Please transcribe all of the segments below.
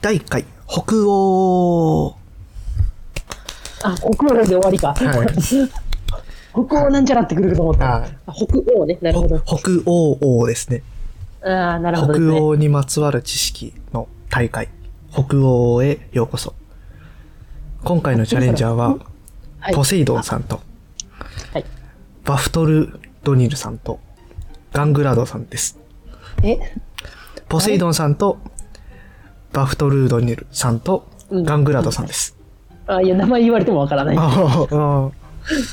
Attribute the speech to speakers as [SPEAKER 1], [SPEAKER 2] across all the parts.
[SPEAKER 1] 第1回、北欧。
[SPEAKER 2] あ、北欧なんで終わりか。
[SPEAKER 1] はい
[SPEAKER 2] 北欧なんちゃらってくると思った。
[SPEAKER 1] は
[SPEAKER 2] あ
[SPEAKER 1] い
[SPEAKER 2] 北欧ね。なるほど。
[SPEAKER 1] ほ北欧王ですね。
[SPEAKER 2] ああ、なるほどです
[SPEAKER 1] 北
[SPEAKER 2] ね。
[SPEAKER 1] 欧にまつわる知識の大会、北欧へようこそ。今回のチャレンジャーは、
[SPEAKER 2] はい
[SPEAKER 1] ポセイドンさんと、
[SPEAKER 2] はい。
[SPEAKER 1] バフトル・ドニルさんと、ガングラドさんです。
[SPEAKER 2] え、
[SPEAKER 1] ポセイドンさんと、バフトル・ドニルさんと、
[SPEAKER 2] うん
[SPEAKER 1] ガングラドさんです。
[SPEAKER 2] あいや、名前言われてもわからない。
[SPEAKER 1] ああ。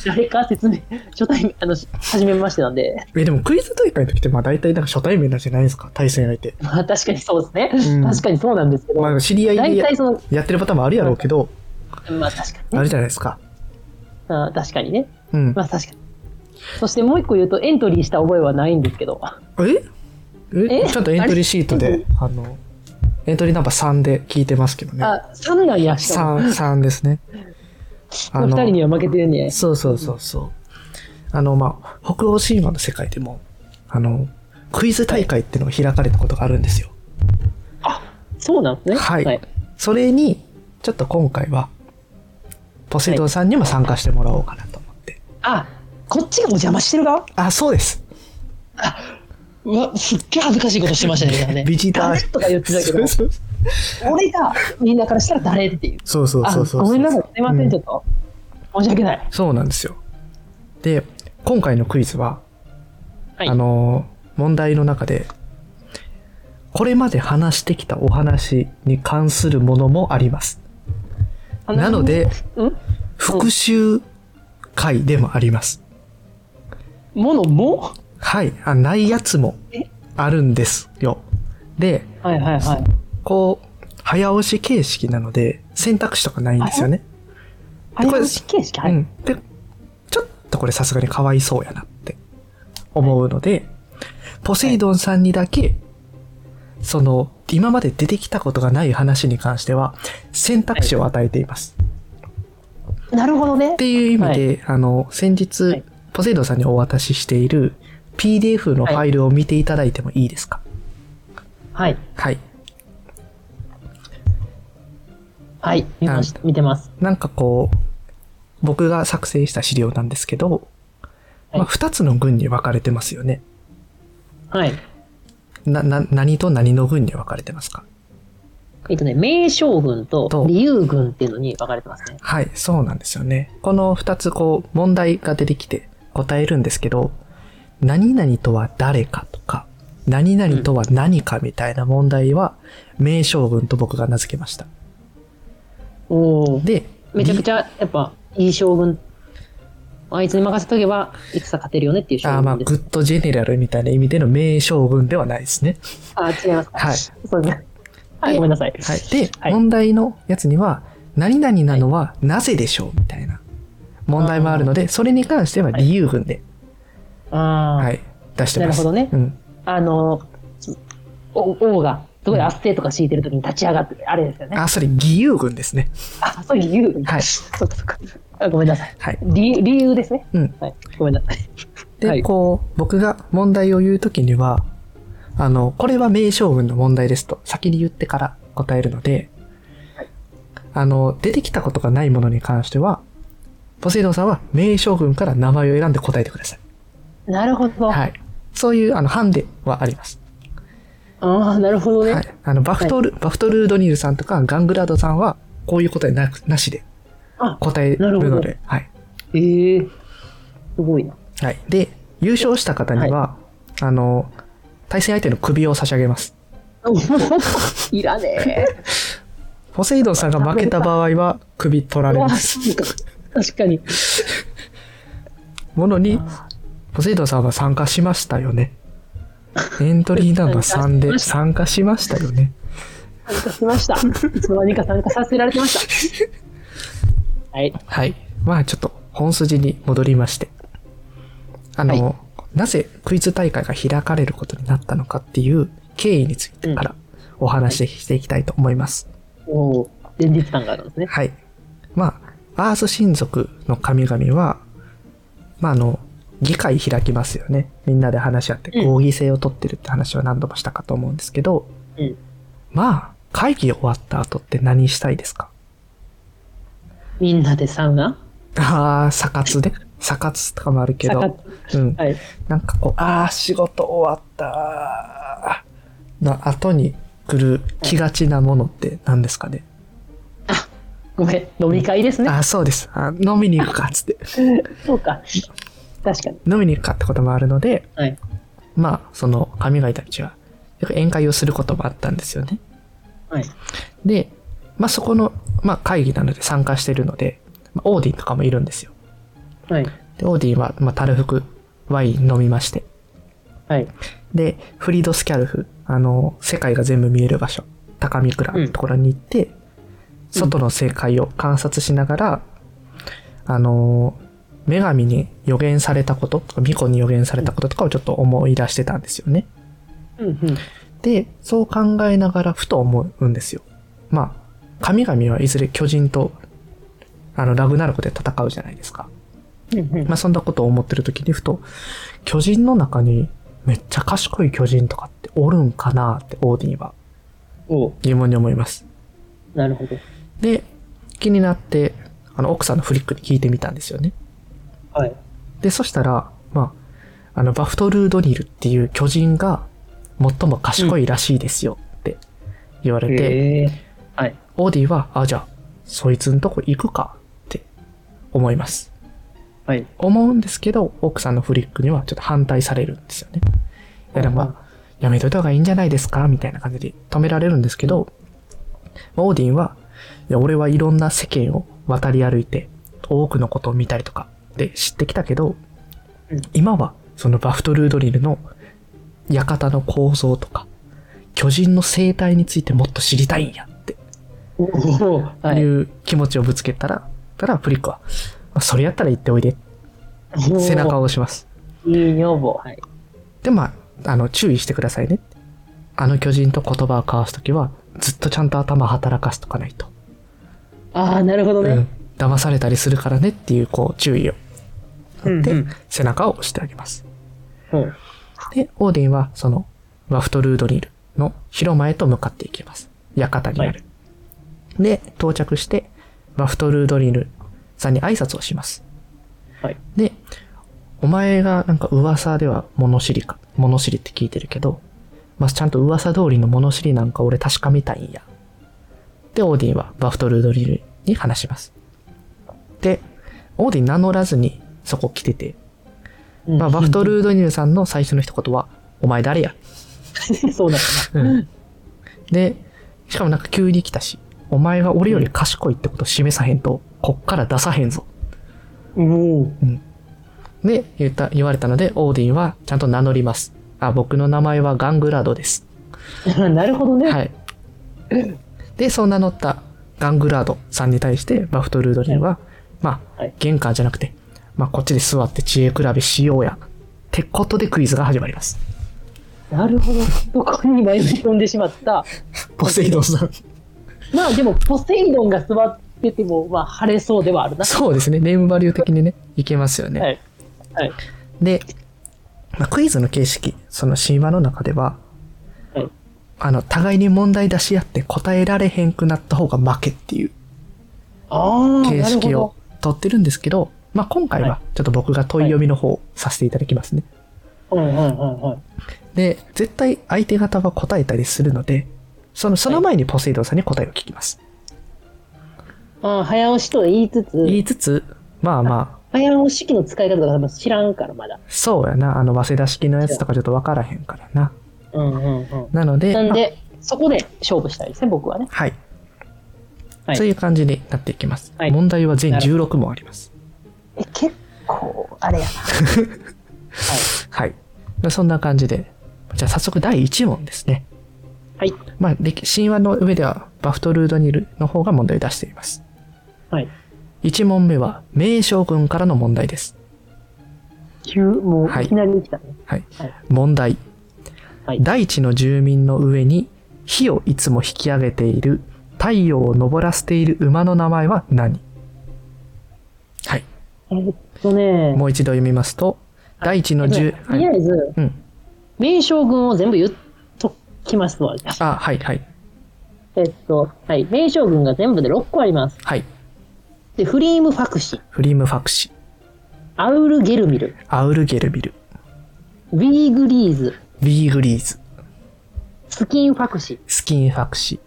[SPEAKER 2] 誰か説明、初対、あの、し初めましてなんで。
[SPEAKER 1] え、でもクイズ大会の時って、まあ大体なんか初対面なんじゃないですか、対戦相手。
[SPEAKER 2] まあ、確かにそうですね。
[SPEAKER 1] うん
[SPEAKER 2] 確かにそうなんですけど。
[SPEAKER 1] まあ知り合い
[SPEAKER 2] 大
[SPEAKER 1] でや
[SPEAKER 2] 体その、
[SPEAKER 1] やってるパターンもあるやろうけど、
[SPEAKER 2] まあ確か
[SPEAKER 1] あ
[SPEAKER 2] にね。
[SPEAKER 1] るじゃないですか。
[SPEAKER 2] あー確かにね。
[SPEAKER 1] うん。
[SPEAKER 2] まあ確かに。そしてもう一個言うと、エントリーした覚えはないんですけど。
[SPEAKER 1] ええ
[SPEAKER 2] え
[SPEAKER 1] ちゃんとエントリーシートで、あの、エントリーナンバー3で聞いてますけどね。
[SPEAKER 2] あ、3なんや、しかも。
[SPEAKER 1] 3、3です ね。
[SPEAKER 2] 2人には負けてるね。
[SPEAKER 1] そうそうそうそう。あの、まあ、北欧神話の世界でも、あの、クイズ大会っていうのが開かれたことがあるんですよ。
[SPEAKER 2] そうなんですね。
[SPEAKER 1] はい。
[SPEAKER 2] はい。
[SPEAKER 1] それに、ちょっと今回は、ポセイドンさんにも参加してもらおうかなと思って。
[SPEAKER 2] あ、こっちがお邪魔してる側
[SPEAKER 1] あ、そうです。
[SPEAKER 2] うわ、すっげえ恥ずかしいことしてましたね、今ね。
[SPEAKER 1] ビジター。
[SPEAKER 2] 誰とか言ってたけど、
[SPEAKER 1] そう
[SPEAKER 2] 俺がみんなからしたら誰っていう。
[SPEAKER 1] そうそう
[SPEAKER 2] あ
[SPEAKER 1] そうそう。
[SPEAKER 2] ごめんなさい、すいませ、
[SPEAKER 1] うん
[SPEAKER 2] ちょっと。申し訳ない。
[SPEAKER 1] そうなんですよ。で、今回のクイズは、
[SPEAKER 2] はい
[SPEAKER 1] あのー、問題の中で、これまで話してきたお話に関するものもあります。なの、で、
[SPEAKER 2] うん
[SPEAKER 1] 復習会でもあります。
[SPEAKER 2] ものも
[SPEAKER 1] はい。あ、ないやつも
[SPEAKER 2] え
[SPEAKER 1] あるんですよ。で、
[SPEAKER 2] はいはいはい。
[SPEAKER 1] こう、早押し形式なので、選択肢とかないんですよね。
[SPEAKER 2] あれ、これ、死刑式は
[SPEAKER 1] う
[SPEAKER 2] い。
[SPEAKER 1] ん。で、ちょっとこれさすがにかわいそうやなって思うので、ポセイドンさんにだけ、その、今まで出てきたことがない話に関しては、選択肢を与えています。
[SPEAKER 2] なるほどね
[SPEAKER 1] っ。ていう意味で、あの、先日、
[SPEAKER 2] はい
[SPEAKER 1] ポセイドンさんにお渡ししている PDF のファイルを見ていただいてもいいですか
[SPEAKER 2] はい。
[SPEAKER 1] はい。
[SPEAKER 2] はい。見ました。見てます。
[SPEAKER 1] なんかこう、僕が作成した資料なんですけど、
[SPEAKER 2] はい
[SPEAKER 1] まあ、二つの群に分かれてますよね。
[SPEAKER 2] はい。
[SPEAKER 1] な、な、何と何の群に分かれてますか
[SPEAKER 2] えっとね、名将軍と
[SPEAKER 1] と
[SPEAKER 2] 理由軍っていうのに分かれてますね。
[SPEAKER 1] はい、そうなんですよね。この二つこう問題が出てきて答えるんですけど、何々とは誰かとか、何々とは何かみたいな問題は、名将軍と僕が名付けました。
[SPEAKER 2] おお。
[SPEAKER 1] で、
[SPEAKER 2] めちゃくち
[SPEAKER 1] ゃ。
[SPEAKER 2] ゃ、やっぱ、いい将軍。あいつに任せとけば、戦勝てるよねっていう将
[SPEAKER 1] あーまあ、
[SPEAKER 2] 軍で
[SPEAKER 1] グ
[SPEAKER 2] す。
[SPEAKER 1] ッドジェネラルみたいな意味での名将軍ではないですね。
[SPEAKER 2] あ違います。
[SPEAKER 1] はい
[SPEAKER 2] そうですね。はい、ごめんなさい。
[SPEAKER 1] はい。で、
[SPEAKER 2] はい
[SPEAKER 1] 問題のやつには、何々なのはなぜでしょうみたいな問題もあるので、それに関しては理由群で、
[SPEAKER 2] あー、
[SPEAKER 1] はい、出してます。
[SPEAKER 2] なるほどね
[SPEAKER 1] うん。
[SPEAKER 2] あの、お王が、すごい圧政とか敷いてるときに立ち上がって、あれですよね。
[SPEAKER 1] あ、それ義勇軍ですね。
[SPEAKER 2] あ、そういう理由。
[SPEAKER 1] はい
[SPEAKER 2] そうかそうか。あごめんなさい。
[SPEAKER 1] はい。
[SPEAKER 2] 理由理由ですね。
[SPEAKER 1] うん。
[SPEAKER 2] はい。ごめんなさい。
[SPEAKER 1] で、
[SPEAKER 2] はい
[SPEAKER 1] こう、僕が問題を言うときには、あの、これは名将軍の問題ですと、先に言ってから答えるので、あの、出てきたことがないものに関しては、ポセイドンさんは名将軍から名前を選んで答えてください。
[SPEAKER 2] なるほど。
[SPEAKER 1] はい。そういう、あの、ハンデはあります。
[SPEAKER 2] ああ、なるほどね。
[SPEAKER 1] はい。あの、バフトル、バフトルードニルさんとかガングラードさんは、こういう答えなく、なしで
[SPEAKER 2] あ、
[SPEAKER 1] 答える
[SPEAKER 2] な
[SPEAKER 1] の
[SPEAKER 2] る
[SPEAKER 1] で、はい。
[SPEAKER 2] ええすごいな。
[SPEAKER 1] はい。で、優勝した方には、あの、対戦相手の首を差し上げます。
[SPEAKER 2] いらねえ。
[SPEAKER 1] ポセイドンさんが負けた場合は首取られ
[SPEAKER 2] うわ
[SPEAKER 1] ます。
[SPEAKER 2] 確かに。
[SPEAKER 1] ものに、ポセイドンさんは参加しましたよね。エントリーナンバー3で参加しましたよね。
[SPEAKER 2] 参加しました。いつの間にか参加させられてました。はい。
[SPEAKER 1] はい。まあちょっと本筋に戻りまして。あの、
[SPEAKER 2] は
[SPEAKER 1] なぜクイズ大会が開かれることになったのかっていう経緯についてからお話ししていきたいと思います。
[SPEAKER 2] おお、前日感があるんですね。
[SPEAKER 1] はい。まあ、アース親族の神々は、まあ、あの、議会開きますよね。みんなで話し合って
[SPEAKER 2] うん
[SPEAKER 1] 合議制を取ってるって話は何度もしたかと思うんですけど、
[SPEAKER 2] うん
[SPEAKER 1] まあ、会議終わった後って何したいですか
[SPEAKER 2] みんなでサウナ
[SPEAKER 1] ああ、サ活で。サ活とかもあるけ
[SPEAKER 2] サ
[SPEAKER 1] ど、うん。
[SPEAKER 2] はい。
[SPEAKER 1] なんかこう、ああ、仕事終わったーの後に来る気がちなものって何ですかね
[SPEAKER 2] ごめん、飲み会ですね。
[SPEAKER 1] ああ、そうです。あ飲みに行くか、 つって。
[SPEAKER 2] そうか。確かに。
[SPEAKER 1] 飲みに行くかってこともあるので、
[SPEAKER 2] はい。
[SPEAKER 1] まあ、その、神がいたちは、よく宴会をすることもあったんですよね。
[SPEAKER 2] はい。
[SPEAKER 1] で、まあそこの、まあ会議なので参加してるので、まあオーディンとかもいるんですよ。
[SPEAKER 2] はい。
[SPEAKER 1] で、オーディンは、まあ、たるふくワイン飲みまして。
[SPEAKER 2] はい。
[SPEAKER 1] で、フリードスキャルフ、あの、世界が全部見える場所、高見倉のところに行って、外の世界を観察しながら、あの、女神に予言されたこととか、巫女に予言されたこととかをちょっと思い出してたんですよね。
[SPEAKER 2] うんうん。
[SPEAKER 1] で、そう考えながらふと思うんですよ。まあ、神々はいずれ巨人と、あの、ラグナルコで戦うじゃないですか。
[SPEAKER 2] うんうん
[SPEAKER 1] まあ、そんなことを思ってる時にふと、巨人の中にめっちゃ賢い巨人とかっておるんかなってオーディンは
[SPEAKER 2] おう
[SPEAKER 1] 疑問に思います。
[SPEAKER 2] なるほど。
[SPEAKER 1] で、気になって、あの、奥さんのフリックに聞いてみたんですよね。
[SPEAKER 2] はい。
[SPEAKER 1] で、そしたら、まあ、あの、バフトルードニルっていう巨人が最も賢いらしいですよって言われて、
[SPEAKER 2] へえはい。
[SPEAKER 1] オーディは、あ、じゃあ、そいつんとこ行くかって思います。
[SPEAKER 2] はい。
[SPEAKER 1] 思うんですけど、奥さんのフリックにはちょっと反対されるんですよね。いや、でも
[SPEAKER 2] うんうん
[SPEAKER 1] まあ、やめといた方がいいんじゃないですかみたいな感じで止められるんですけど、まあオーディンは、いや、俺はいろんな世間を渡り歩いて、多くのことを見たりとかで知ってきたけど
[SPEAKER 2] うん、
[SPEAKER 1] 今はそのバフトルードリルの館の構造とか、巨人の生態についてもっと知りたいんやって
[SPEAKER 2] おおはいい。
[SPEAKER 1] う気持ちをぶつけたら、たらフリックは、まあそれやったら行っておいで、
[SPEAKER 2] お
[SPEAKER 1] 背中
[SPEAKER 2] を。
[SPEAKER 1] を押します。
[SPEAKER 2] いい女房。はい。
[SPEAKER 1] で、まあ、あの、注意してくださいね。あの巨人と言葉を交わすときは、ずっとちゃんと頭働かせとかないと。
[SPEAKER 2] ああ、なるほど
[SPEAKER 1] う
[SPEAKER 2] ね
[SPEAKER 1] ん。。騙されたりするからねっていう、こう、注意を。
[SPEAKER 2] うん
[SPEAKER 1] で
[SPEAKER 2] うん、
[SPEAKER 1] 背中を押してあげます。
[SPEAKER 2] うん。
[SPEAKER 1] で、オーディンは、その、ワフトルードリルの広間へと向かっていきます。館にある。で、到着して、ワフトルードリルさんに挨拶をします。
[SPEAKER 2] はい。
[SPEAKER 1] で、お前がなんか噂では物知りか、物知りって聞いてるけど、まあ、ちゃんと噂通りの物知りなんか俺確かめたいんや。で、オーディンはバフトルードリルに話します。で、オーディン名乗らずにそこ来てて、
[SPEAKER 2] うん
[SPEAKER 1] まあ、バフト。ルードリルさんの最初の一言は、お前誰や
[SPEAKER 2] そうだったな。
[SPEAKER 1] で、しかもなんか急に来たし、お前は俺より賢いってこと示さへんと、こっから出さへんぞ。
[SPEAKER 2] おお。
[SPEAKER 1] で、言った、言われたので、オーディンはちゃんと名乗ります。あ、僕の名前はガングラードです。
[SPEAKER 2] なるほどね。
[SPEAKER 1] はい。で、そう名乗ったガングラードさんに対して、バフトルードリンは、まあ
[SPEAKER 2] はい、
[SPEAKER 1] 玄関じゃなくて、まあ、こっちで座って知恵比べしようや。ってことでクイズが始まります。
[SPEAKER 2] なるほど。そこに迷い込んでしまった。
[SPEAKER 1] ポセイドンさん。
[SPEAKER 2] まあでも、ポセイドンが座ってても、まあ、晴れそうではある な。
[SPEAKER 1] そうですね。ネームバリュー的にね、いけますよね。
[SPEAKER 2] はい。はい。
[SPEAKER 1] で、まあ、クイズの形式、その神話の中では、
[SPEAKER 2] はい
[SPEAKER 1] あの、互いに問題出し合って答えられへんくなった方が負けっていう
[SPEAKER 2] ああ、
[SPEAKER 1] 形
[SPEAKER 2] なるほ
[SPEAKER 1] 式
[SPEAKER 2] ど
[SPEAKER 1] を。取ってるんですけど、まあ、今回
[SPEAKER 2] は
[SPEAKER 1] はちょっと僕が問い読みの方をさせていただきますね。
[SPEAKER 2] うんうんうんうん。
[SPEAKER 1] で、絶対相手方は答えたりするので、その、その前にポセイドンさんに答えを聞きます。
[SPEAKER 2] ああ、早押しと言いつつ、
[SPEAKER 1] 言いつつ、まあまあ、
[SPEAKER 2] 早押し機の使い方とか多分知らんから、まだ。
[SPEAKER 1] そうやな、あの、早稲田式のやつとかちょっとわからへんからな。
[SPEAKER 2] うんうんうん。
[SPEAKER 1] なので、
[SPEAKER 2] なん
[SPEAKER 1] まあ
[SPEAKER 2] で、そこで勝負したいですね、僕はね。
[SPEAKER 1] はい。
[SPEAKER 2] はい
[SPEAKER 1] そういう感じになっていきます。
[SPEAKER 2] はい
[SPEAKER 1] 問題は全16問あります。
[SPEAKER 2] え、結構、あれやな。
[SPEAKER 1] はい。まあそんな感じで。じゃあ早速第1問ですね。
[SPEAKER 2] はい。
[SPEAKER 1] まあ、歴神話の上ではバフトルードニルの方が問題を出しています。
[SPEAKER 2] はい。
[SPEAKER 1] 1問目は名将軍からの問題です。
[SPEAKER 2] 急、も
[SPEAKER 1] は
[SPEAKER 2] う
[SPEAKER 1] い
[SPEAKER 2] いきなり来たね。
[SPEAKER 1] はい。
[SPEAKER 2] はい
[SPEAKER 1] 問題。
[SPEAKER 2] はい
[SPEAKER 1] 大地の住民の上に火をいつも引き上げている太陽を昇らせている馬の名前は何はい。
[SPEAKER 2] えーっとね、
[SPEAKER 1] もう一度読みますと、大地の住、
[SPEAKER 2] とりあ
[SPEAKER 1] はい、
[SPEAKER 2] えず、
[SPEAKER 1] うん。
[SPEAKER 2] 名将軍を全部言っときますわ。
[SPEAKER 1] あ、はい、はい。
[SPEAKER 2] えっと、はい。名将軍が全部で6個あります。
[SPEAKER 1] はい。
[SPEAKER 2] で、フリーム・ファクシ、
[SPEAKER 1] フリームファクシ、
[SPEAKER 2] アウル・ゲルミル、
[SPEAKER 1] アウルゲルビル、
[SPEAKER 2] ウィーグリーズ、
[SPEAKER 1] ビーグリーズ、
[SPEAKER 2] スキン・ファクシ、
[SPEAKER 1] スキンファクシ、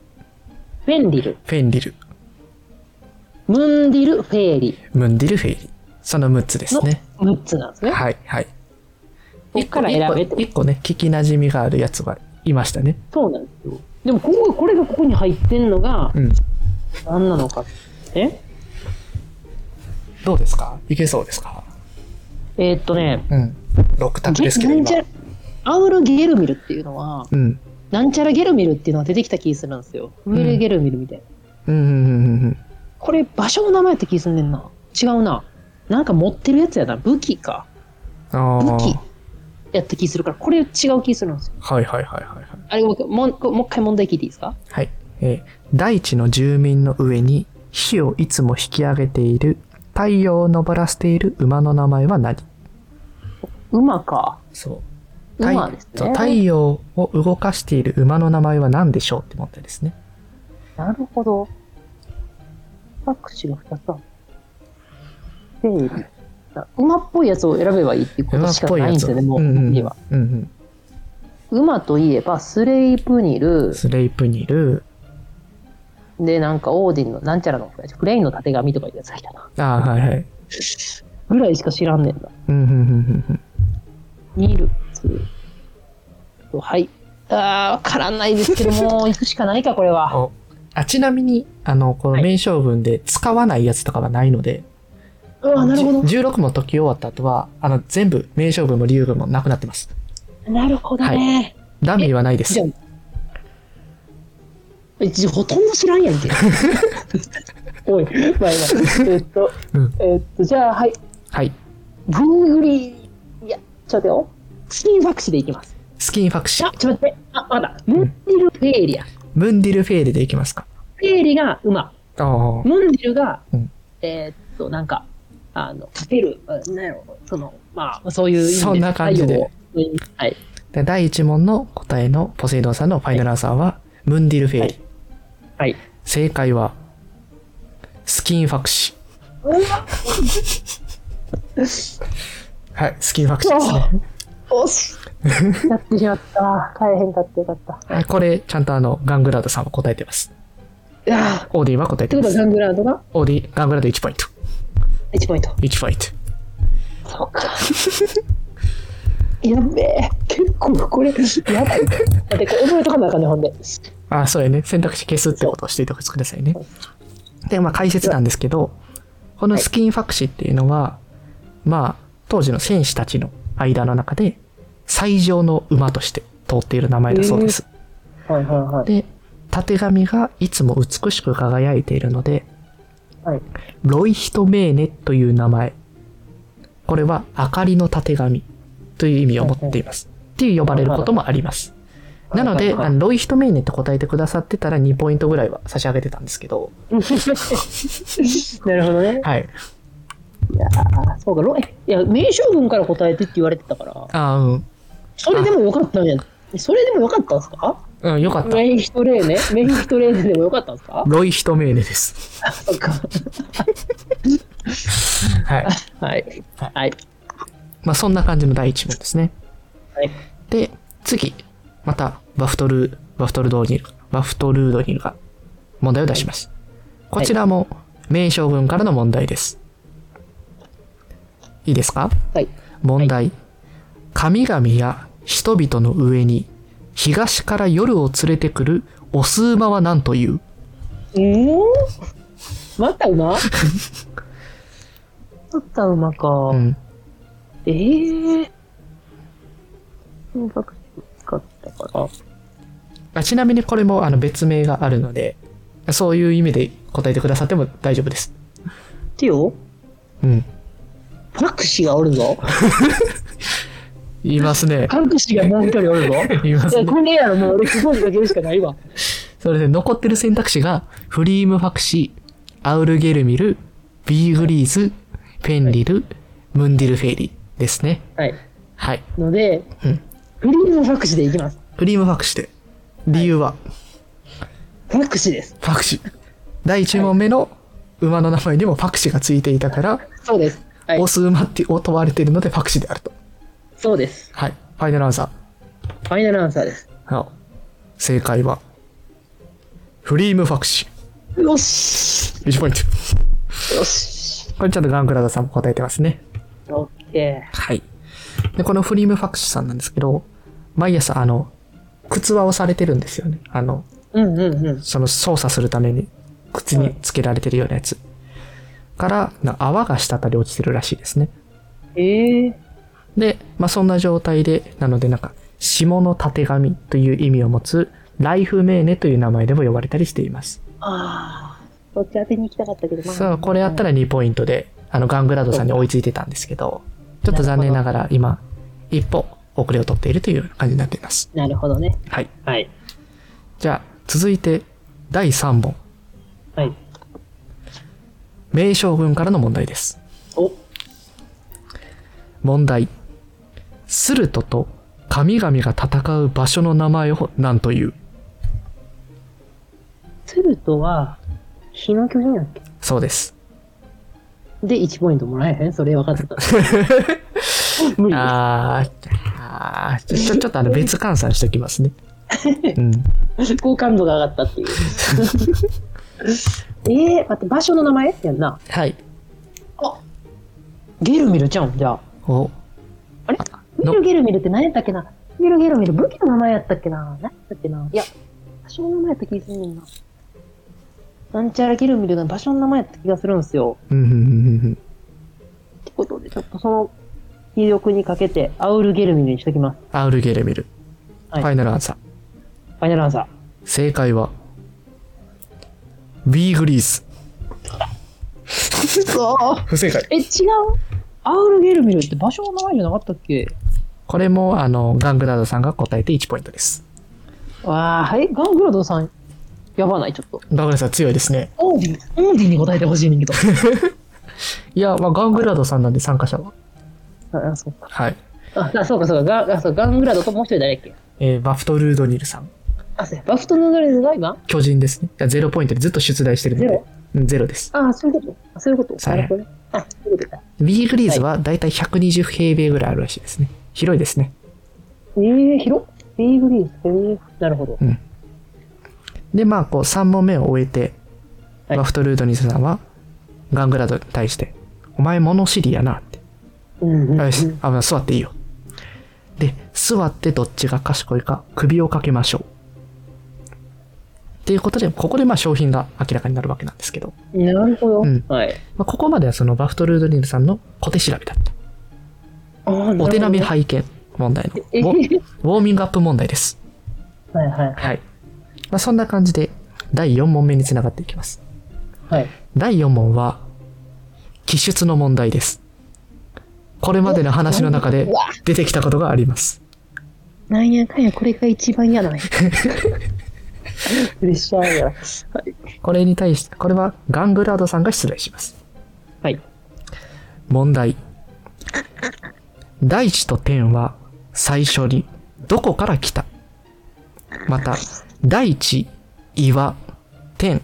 [SPEAKER 2] フェンリル、
[SPEAKER 1] フェンリル、
[SPEAKER 2] ムンディル・フェーリ
[SPEAKER 1] ムンディルフェイリ。その6つです
[SPEAKER 2] の
[SPEAKER 1] ね。
[SPEAKER 2] 6つなんですね。
[SPEAKER 1] はい、はい。
[SPEAKER 2] こっから選べ
[SPEAKER 1] 一個
[SPEAKER 2] て。
[SPEAKER 1] 一個ね、聞き馴染みがあるやつはいましたね。
[SPEAKER 2] そうなんですよ。でも、ここ、これがここに入ってんのが
[SPEAKER 1] うん。
[SPEAKER 2] 何なのか。え
[SPEAKER 1] どうですかいけそうですか
[SPEAKER 2] えーっとね、
[SPEAKER 1] うん。6択
[SPEAKER 2] ゲ
[SPEAKER 1] ですけど、
[SPEAKER 2] なん
[SPEAKER 1] 今
[SPEAKER 2] ちゃ。らアウル・ゲルミルっていうのは、
[SPEAKER 1] うん。
[SPEAKER 2] なんちゃらゲルミルっていうのが出てきた気するんですよ。ウェル・ゲルミルみたいな。
[SPEAKER 1] うんうんうんうんうん。
[SPEAKER 2] これ場所の名前やって気すんねんな違うななんか持ってるやつやな武器か
[SPEAKER 1] あ
[SPEAKER 2] 武器
[SPEAKER 1] ー
[SPEAKER 2] やった気するからこれ違う気するんですよ
[SPEAKER 1] はいはいはいはいはい。
[SPEAKER 2] あれもうもうもう一回問題聞いていいですか
[SPEAKER 1] はい。えー大地の住民の上に火をいつも引き上げている太陽を昇らせている馬の名前は何
[SPEAKER 2] 馬か
[SPEAKER 1] そう。太
[SPEAKER 2] 馬です
[SPEAKER 1] そう
[SPEAKER 2] ね
[SPEAKER 1] 太陽を動かしている馬の名前は何でしょうって問題ですね。
[SPEAKER 2] なるほど拍手が2つある整理馬っぽいやつを選べばいいっていうこ
[SPEAKER 1] 馬
[SPEAKER 2] と
[SPEAKER 1] っ
[SPEAKER 2] しか
[SPEAKER 1] ぽい
[SPEAKER 2] ない
[SPEAKER 1] や
[SPEAKER 2] んで
[SPEAKER 1] つ
[SPEAKER 2] すよね、もう、
[SPEAKER 1] んうん
[SPEAKER 2] には。
[SPEAKER 1] うんうん
[SPEAKER 2] 馬といえば、スレイプニル、
[SPEAKER 1] スレイプニル、
[SPEAKER 2] で、なんか、オーディンの、なんちゃらの、フレインのたてがみとかいうやつがいたな。
[SPEAKER 1] あーはいはい。
[SPEAKER 2] ぐらいしか知らんねんな。
[SPEAKER 1] うんうんうんうんうん。
[SPEAKER 2] 見る。はい。あー、わからないですけども、行くしかないか、これは。
[SPEAKER 1] おあちなみに、あの、この
[SPEAKER 2] はい
[SPEAKER 1] 名勝文で使わないやつとかはないので、
[SPEAKER 2] うわ、なるほど。
[SPEAKER 1] じゅ16も解き終わった後は、あの、全部名勝文も理由文もなくなってます。
[SPEAKER 2] なるほどね。
[SPEAKER 1] ダミーはないです
[SPEAKER 2] じゃ。あ、えじゃあほとんど知らんや んけ。おい、まあまあ、えっと、
[SPEAKER 1] うん
[SPEAKER 2] えっと、じゃあ、はい。
[SPEAKER 1] はい。
[SPEAKER 2] グーグリいや、ちょっと待ってよ。スキンファクシでいきます。
[SPEAKER 1] スキンファクシ
[SPEAKER 2] あ、ちょっと待って。あ、まだ。ムンディル・フェーリア。フ
[SPEAKER 1] ムンディルフェーレでいきますか。
[SPEAKER 2] ェーリが馬。
[SPEAKER 1] ああ。
[SPEAKER 2] ムンディルが、
[SPEAKER 1] うん
[SPEAKER 2] えーっと、なんか、あの、かける、あなんやろ、その、まあ、そういう意味で
[SPEAKER 1] そんな感じで
[SPEAKER 2] 太陽をはい。
[SPEAKER 1] で第1問の答えのポセイドンさんのファイナルアンサーは、ムンディルフェーレ、
[SPEAKER 2] はいはい。
[SPEAKER 1] 正解は、スキンファクシ。
[SPEAKER 2] うわ
[SPEAKER 1] はい、スキンファクシですね。
[SPEAKER 2] 惜しいやってしまった。変えへんかったよかった。
[SPEAKER 1] はい、これ、ちゃんとあの、ガングラードさんは答えてます。
[SPEAKER 2] いやーっ
[SPEAKER 1] オーディは答え
[SPEAKER 2] て
[SPEAKER 1] てま
[SPEAKER 2] ことは、
[SPEAKER 1] す
[SPEAKER 2] ガ。ングラードが
[SPEAKER 1] オーディ、ガングラード1ポイント。
[SPEAKER 2] 1ポイント。
[SPEAKER 1] 1ポイント。
[SPEAKER 2] そうか。 やっべえ。結構これ、やばい。だって、これ覚えとかなあかんね、ほんで。
[SPEAKER 1] ああ、そうやね。選択肢消すってことをしていてくださいね。で、まあ解説なんですけど、このスキンファクシっていうのは、まあ、当時の戦士たちの間の中で、最上の馬として通っている名前だそうです。
[SPEAKER 2] はいはいはい。
[SPEAKER 1] で、たてがみがいつも美しく輝いているので、
[SPEAKER 2] はい、
[SPEAKER 1] ロイヒトメーネという名前。これは、明かりのたてがみという意味を持っています。っていう呼ばれることもあります。なので、
[SPEAKER 2] はい
[SPEAKER 1] あのロイヒトメーネって答えてくださってたら2ポイントぐらいは差し上げてたんですけど、
[SPEAKER 2] なるほどね。
[SPEAKER 1] はい。
[SPEAKER 2] いやーそうか、ロえいや、名将軍から答えてって言われてたから。
[SPEAKER 1] あー
[SPEAKER 2] それでもよかったんや。それでもよかったんですか
[SPEAKER 1] うん。うん、よかった。
[SPEAKER 2] メインヒトレーネメインヒトレーネでもよかったんですか
[SPEAKER 1] ロイヒトメーネです。
[SPEAKER 2] そっか。
[SPEAKER 1] はい。
[SPEAKER 2] はい。はい。
[SPEAKER 1] まあ、そんな感じの第一問ですね。
[SPEAKER 2] はい。
[SPEAKER 1] で、次、また、バフトルー、バフトルドーニル、バフトルードニルが問題を出します。こちらも、名将軍からの問題です。いいですか
[SPEAKER 2] はい。
[SPEAKER 1] 問題。神々や人々の上に、東から夜を連れてくるオス馬は何という
[SPEAKER 2] うんまた馬また馬か。
[SPEAKER 1] うん。
[SPEAKER 2] えぇ、ー。音楽使ったから。
[SPEAKER 1] あちなみにこれもあの別名があるので、そういう意味で答えてくださっても大丈夫です。
[SPEAKER 2] てよ、
[SPEAKER 1] うん。
[SPEAKER 2] ファクシーがおるぞ。
[SPEAKER 1] 言いますね。
[SPEAKER 2] ファクシーがもう一人おるぞ。
[SPEAKER 1] 言いま
[SPEAKER 2] い
[SPEAKER 1] す
[SPEAKER 2] や、
[SPEAKER 1] ね。
[SPEAKER 2] これやろ、もう俺、すごいかけるしかないわ。
[SPEAKER 1] それで残ってる選択肢が、フリームファクシー、アウルゲルミル、ビーグリーズ、ペンリル、ムンディルフェイリーですね。
[SPEAKER 2] はい。
[SPEAKER 1] はい。
[SPEAKER 2] ので、
[SPEAKER 1] うん
[SPEAKER 2] フリーのファクシーでいきます。
[SPEAKER 1] フリームファクシーで。理由は、
[SPEAKER 2] えパクシーです。
[SPEAKER 1] パクシー。第1問目の馬の名前にもパクシーがついていたから、
[SPEAKER 2] そうです。はい
[SPEAKER 1] オ。ス馬ってを問われているのでパクシーであると。
[SPEAKER 2] そうです。
[SPEAKER 1] はい。ファイナルアンサ
[SPEAKER 2] ファイナルアンサーです。
[SPEAKER 1] ー。あ正解は、フリームファクシ
[SPEAKER 2] よし
[SPEAKER 1] ー。1ポイント。
[SPEAKER 2] よし
[SPEAKER 1] これちゃんとガンクラザさんも答えてますね。
[SPEAKER 2] オッケ
[SPEAKER 1] はい。で、このフリームファクシーさんなんですけど、毎朝、あの、靴輪をされてるんですよね。あの、
[SPEAKER 2] ー。うんうんうん。
[SPEAKER 1] その操作するために口につけられてるようなやつ。から、な泡が滴り落ちてるらしいですね。
[SPEAKER 2] ええ
[SPEAKER 1] で、まあ、そんな状態で、なのでなんか、下のたてがみという意味を持つ、ライフメーネという名前でも呼ばれたりしています。
[SPEAKER 2] ああ。そっち当てに行きたかったけど、まあ
[SPEAKER 1] さあ、これやったら2ポイントで、あの、ガングラードさんに追いついてたんですけど、ちょっと残念ながら今、一歩遅れを取っているという感じになっています。
[SPEAKER 2] なるほどね。
[SPEAKER 1] はい。
[SPEAKER 2] はい。
[SPEAKER 1] じゃあ、続いて、第3問。
[SPEAKER 2] はい。
[SPEAKER 1] 名将軍からの問題です。
[SPEAKER 2] お、
[SPEAKER 1] 問題。スルトと神々が戦う場所の名前を何という
[SPEAKER 2] ツルトは、火の巨人やっけ
[SPEAKER 1] そうです。
[SPEAKER 2] で、1ポイントもらえへんそれ分 かってた。無理
[SPEAKER 1] あーあー、ちょ、ちょ、ちょっとあの別換算しておきます ね。うん。
[SPEAKER 2] です。好感度が上がったって いう。ええ待って、場所の名前やんな。
[SPEAKER 1] はい。
[SPEAKER 2] あゲルミルちゃうん、じゃあ。
[SPEAKER 1] お、
[SPEAKER 2] あれミ
[SPEAKER 1] の
[SPEAKER 2] ルゲルミルって何やったっけなミルゲルミル、武器の名前やったっけな何やったっけないや、場所の名前やった気がするねんな。なんちゃらゲルミルが場所の名前やった気がするんですよ。
[SPEAKER 1] うん、うん、うん、うん。
[SPEAKER 2] ってことで、ちょっとその記憶にかけて、アウルゲルミルにしときます。
[SPEAKER 1] アウルゲレミル。
[SPEAKER 2] はい
[SPEAKER 1] ファイナルアンサー。
[SPEAKER 2] ファイナルアンサ
[SPEAKER 1] 正解は、ビーグリース。
[SPEAKER 2] ー。うそ
[SPEAKER 1] 不正解。
[SPEAKER 2] え、違うアウルゲルミルって場所の名前じゃなかったっけ
[SPEAKER 1] これも、あの、ガングラードさんが答えて1ポイントです。
[SPEAKER 2] わあ、はい、ガングラドさん、やばない、ちょっと。
[SPEAKER 1] ガングラードさん強いですね。
[SPEAKER 2] オーディン、オーディンに答えてほしいねんけど。
[SPEAKER 1] いや、まあ、ガングラードさんなんで参加者は。
[SPEAKER 2] あ、あそうか。
[SPEAKER 1] はい。
[SPEAKER 2] あ、あそうか、そうか。ガあそうガングラドともう一人誰やっけ
[SPEAKER 1] えーバフトルードニルさん。
[SPEAKER 2] あ、そうやバフトヌードレズが今
[SPEAKER 1] 巨人ですね。いやゼロポイントでずっと出題してるの
[SPEAKER 2] ゼ
[SPEAKER 1] で
[SPEAKER 2] ロ。
[SPEAKER 1] うんゼロです。
[SPEAKER 2] あそういうこと。あそういうこと。
[SPEAKER 1] そう
[SPEAKER 2] な
[SPEAKER 1] や
[SPEAKER 2] るほどね。あ、そういうことか。
[SPEAKER 1] ビーグリーズはだいたい120平米ぐらいあるらしいですね。広いですね。
[SPEAKER 2] えー、広っ。ベイブリーズ、えー、なるほど。
[SPEAKER 1] で、まあ、こう、3問目を終えて、
[SPEAKER 2] はい
[SPEAKER 1] バフトルードニルさんは、ガングラードに対して、お前物知りやなって。
[SPEAKER 2] うん、うん。
[SPEAKER 1] よし、あの座っていいよ。で、座ってどっちが賢いか、首をかけましょう。っていうことで、ここでまあ商品が明らかになるわけなんですけど、
[SPEAKER 2] なるほど。
[SPEAKER 1] うん
[SPEAKER 2] はい。
[SPEAKER 1] まあ、ここまではそのバフトルードニルさんの小手調べだった。
[SPEAKER 2] あー
[SPEAKER 1] お手並み
[SPEAKER 2] なる
[SPEAKER 1] 拝見問題の
[SPEAKER 2] えへ
[SPEAKER 1] ウォ
[SPEAKER 2] へ
[SPEAKER 1] ウォーミングアップ問題です。
[SPEAKER 2] ほどはいはい。
[SPEAKER 1] はい。まあ、そんな感じで、第4問目につながっていきます。
[SPEAKER 2] はい。
[SPEAKER 1] 第4問は、気質の問題です。これまでの話の中で
[SPEAKER 2] うわ
[SPEAKER 1] 出てきたことがあります。
[SPEAKER 2] なんやかんや、これが一番嫌ない。プレッシャーや。はい。
[SPEAKER 1] これに対して、これはガングラードさんが出題します。
[SPEAKER 2] はい。
[SPEAKER 1] 問題。大地と天は最初にどこから来たまた、大地、岩、天、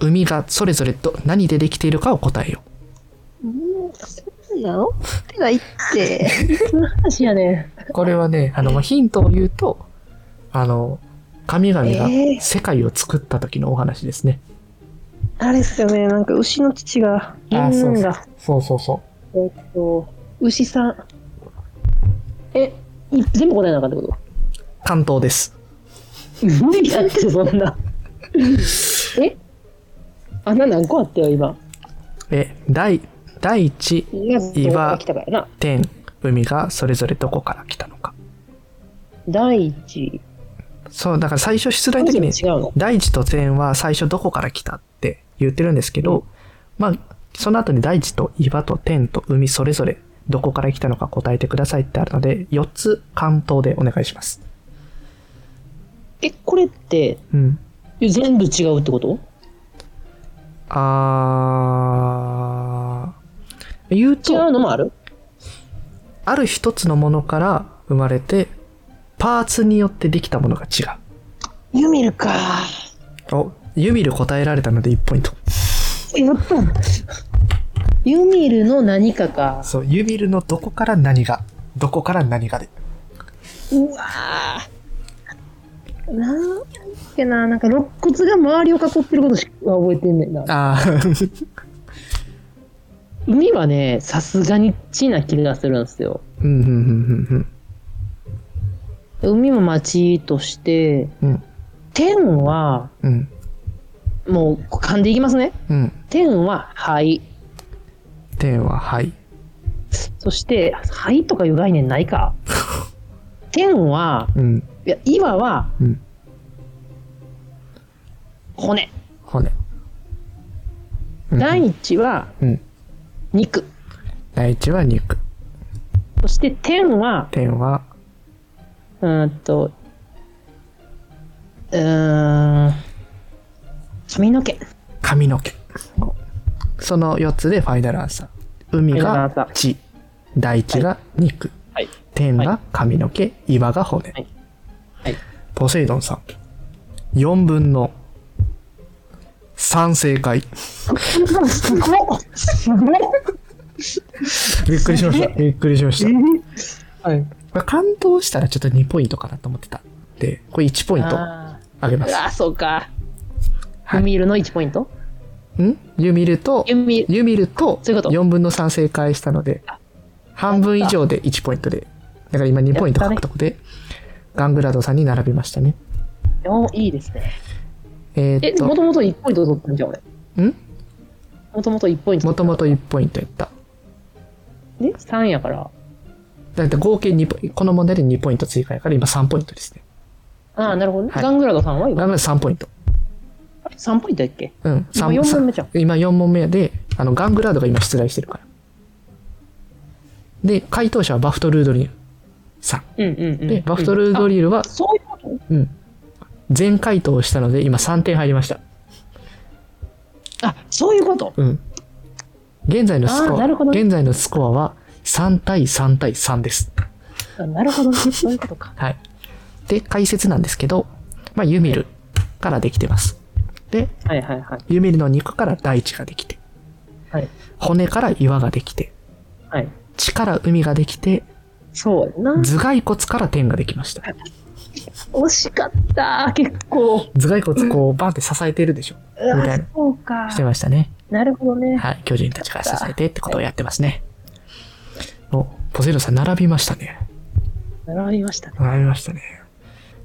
[SPEAKER 1] 海がそれぞれど何でできているかを答えよう。
[SPEAKER 2] もう、それが追ってないって。 その話やね。
[SPEAKER 1] これはね、あの、まあヒントを言うと、あの、神々が
[SPEAKER 2] えー
[SPEAKER 1] 世界を作った時のお話ですね。
[SPEAKER 2] あれっすよね、なんか牛の乳が、
[SPEAKER 1] あーそう
[SPEAKER 2] うん
[SPEAKER 1] そ
[SPEAKER 2] が
[SPEAKER 1] う。そうそうそう。
[SPEAKER 2] えっと、牛さん。え、い全部答えなかったってこ
[SPEAKER 1] 関東です。
[SPEAKER 2] と無理だって、そんな。え穴何個あったよ、今。
[SPEAKER 1] え、大、大地、岩
[SPEAKER 2] 来たからな。
[SPEAKER 1] 天、海がそれぞれどこから来たのか。
[SPEAKER 2] 第一。
[SPEAKER 1] そう、だから最初出題の
[SPEAKER 2] 何
[SPEAKER 1] 時
[SPEAKER 2] も違
[SPEAKER 1] に
[SPEAKER 2] う、の
[SPEAKER 1] 大地と天は最初どこから来たって言ってるんですけど、まあ、その後に大地と岩と天と海それぞれどこから来たのか答えてくださいってあるので、4つ関東でお願いします。
[SPEAKER 2] え、これって、
[SPEAKER 1] うん。
[SPEAKER 2] 全部違うってこと
[SPEAKER 1] あー、言う
[SPEAKER 2] 違
[SPEAKER 1] と、
[SPEAKER 2] うのもある
[SPEAKER 1] ある一つのものから生まれて、パーツによってできたものが違う。
[SPEAKER 2] ユミルか。
[SPEAKER 1] お、ユミル答えられたので1ポイント。
[SPEAKER 2] やったん ユミルの何かか。
[SPEAKER 1] そう、ユミルのどこから何が、どこから何がで。
[SPEAKER 2] うわぁ。なんだっけな、なんか肋骨が周りを囲ってることしか覚えてんねんな。
[SPEAKER 1] ああ、
[SPEAKER 2] 海はね、さすがに地な気がするんですよ。
[SPEAKER 1] うん、うん、うん、
[SPEAKER 2] 海も町として、
[SPEAKER 1] うん、うん、
[SPEAKER 2] 天は、
[SPEAKER 1] うん、
[SPEAKER 2] もう噛んでいきますね。
[SPEAKER 1] うん。
[SPEAKER 2] 天は灰。
[SPEAKER 1] 天は、はい。
[SPEAKER 2] そして、灰とかいう概念ない か。天は、
[SPEAKER 1] うん、
[SPEAKER 2] いや、岩は
[SPEAKER 1] うん。
[SPEAKER 2] 骨。
[SPEAKER 1] 骨。うん
[SPEAKER 2] 第一は
[SPEAKER 1] うん。
[SPEAKER 2] 肉。
[SPEAKER 1] 第一は肉。
[SPEAKER 2] そして天は、
[SPEAKER 1] 天は、
[SPEAKER 2] うーんと、うーん、髪の毛。
[SPEAKER 1] 髪の毛。その4つでファイナルアンサー。海
[SPEAKER 2] ファイナル
[SPEAKER 1] が
[SPEAKER 2] アンサー
[SPEAKER 1] 地、大地が肉、
[SPEAKER 2] はい。
[SPEAKER 1] 天が髪の毛、岩が骨。
[SPEAKER 2] はいはい
[SPEAKER 1] ポセイドンさん、4分の3正解。
[SPEAKER 2] すごっすごっ
[SPEAKER 1] びっくりしました。びっくりしました。
[SPEAKER 2] はい。
[SPEAKER 1] これ感動したらちょっと2ポイントかなと思ってた。で、これ1ポイント
[SPEAKER 2] あ
[SPEAKER 1] あげま
[SPEAKER 2] ーう
[SPEAKER 1] す。
[SPEAKER 2] わ、そうか。
[SPEAKER 1] はい
[SPEAKER 2] ユミールの1ポイント
[SPEAKER 1] んユミルと、
[SPEAKER 2] ユミール。
[SPEAKER 1] ユミルと
[SPEAKER 2] そういうこと
[SPEAKER 1] 4分の3正解したので
[SPEAKER 2] あ、
[SPEAKER 1] 半分以上で1ポイントで、だから今2ポイント獲得で、ガングラドさんに並びましたね。
[SPEAKER 2] おいいですね。
[SPEAKER 1] え
[SPEAKER 2] え
[SPEAKER 1] ーっ、
[SPEAKER 2] も
[SPEAKER 1] と、
[SPEAKER 2] ともと1ポイント取ったんじゃん、俺。
[SPEAKER 1] ん
[SPEAKER 2] もともと1ポイント
[SPEAKER 1] も
[SPEAKER 2] 取
[SPEAKER 1] ともと1ポイントやった。
[SPEAKER 2] った。で、3やから。
[SPEAKER 1] だいたい合計2ポイント、この問題で2ポイント追加やから今3ポイントですね。
[SPEAKER 2] ああ、なるほどね。
[SPEAKER 1] はい
[SPEAKER 2] ガングラドさんは
[SPEAKER 1] ガ
[SPEAKER 2] 今
[SPEAKER 1] ングラド3ポイント。
[SPEAKER 2] あれ3ポイントやっけ
[SPEAKER 1] うん、
[SPEAKER 2] 今
[SPEAKER 1] 三
[SPEAKER 2] 4問目じゃん。
[SPEAKER 1] 今4問目で、あの、ガングラードが今出題してるから。で、回答者はバフトルードリルさん。
[SPEAKER 2] うんうんうん。
[SPEAKER 1] で、バフトルード
[SPEAKER 2] リ
[SPEAKER 1] リルは、
[SPEAKER 2] そういうこと
[SPEAKER 1] うん、全回答をしたので、今3点入りました。
[SPEAKER 2] あ、そういうこと
[SPEAKER 1] うん。現在のス
[SPEAKER 2] あ
[SPEAKER 1] コ
[SPEAKER 2] ーなるほ
[SPEAKER 1] ア、
[SPEAKER 2] ど
[SPEAKER 1] 現在のスコアは3対3対3です。
[SPEAKER 2] あなるほどね。そういうことか。
[SPEAKER 1] はい。で、解説なんですけど、まあ、ユミルからできてます。で、
[SPEAKER 2] はいはいはい。
[SPEAKER 1] ユミルの肉から大地ができて、
[SPEAKER 2] はい。
[SPEAKER 1] 骨から岩ができて、
[SPEAKER 2] はい。
[SPEAKER 1] 地から海ができて、
[SPEAKER 2] そうやな。
[SPEAKER 1] 頭蓋骨から点ができました。
[SPEAKER 2] 惜しかった。結構。
[SPEAKER 1] 頭蓋骨こうバンって支えてるでしょ。
[SPEAKER 2] う
[SPEAKER 1] みたい
[SPEAKER 2] わ
[SPEAKER 1] な、
[SPEAKER 2] そうか
[SPEAKER 1] し。てましたね。
[SPEAKER 2] なるほどね。
[SPEAKER 1] はい。巨人たちから支えてってことをやってますね。お、ポセイドンさん並びましたね。
[SPEAKER 2] 習いましたね。
[SPEAKER 1] 並びましたね。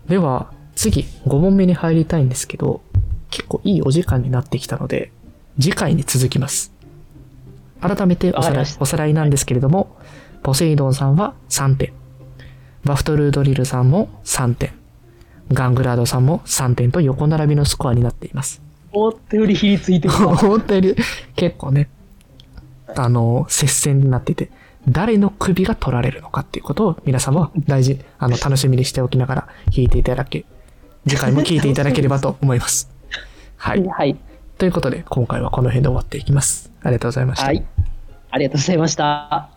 [SPEAKER 1] では、次、5問目に入りたいんですけど、結構いいお時間になってきたので、次回に続きます。改めてお
[SPEAKER 2] わ
[SPEAKER 1] さ
[SPEAKER 2] かり
[SPEAKER 1] ら
[SPEAKER 2] ま
[SPEAKER 1] い
[SPEAKER 2] した
[SPEAKER 1] おさらいなんですけれども、ポセイドンさんは3点。バフトルードリルさんも3点。ガングラードさんも3点と横並びのスコアになっています。
[SPEAKER 2] おっとよりひりついてた。
[SPEAKER 1] 思ったより結構ね、あの、接戦になってて、誰の首が取られるのかっていうことを皆様は大事、あの、楽しみにしておきながら聞いていただけ、次回も聞いていただければと思います。はい。
[SPEAKER 2] はい。
[SPEAKER 1] ということで、今回はこの辺で終わっていきます。ありがとうございました
[SPEAKER 2] は。い。ありがとうございました。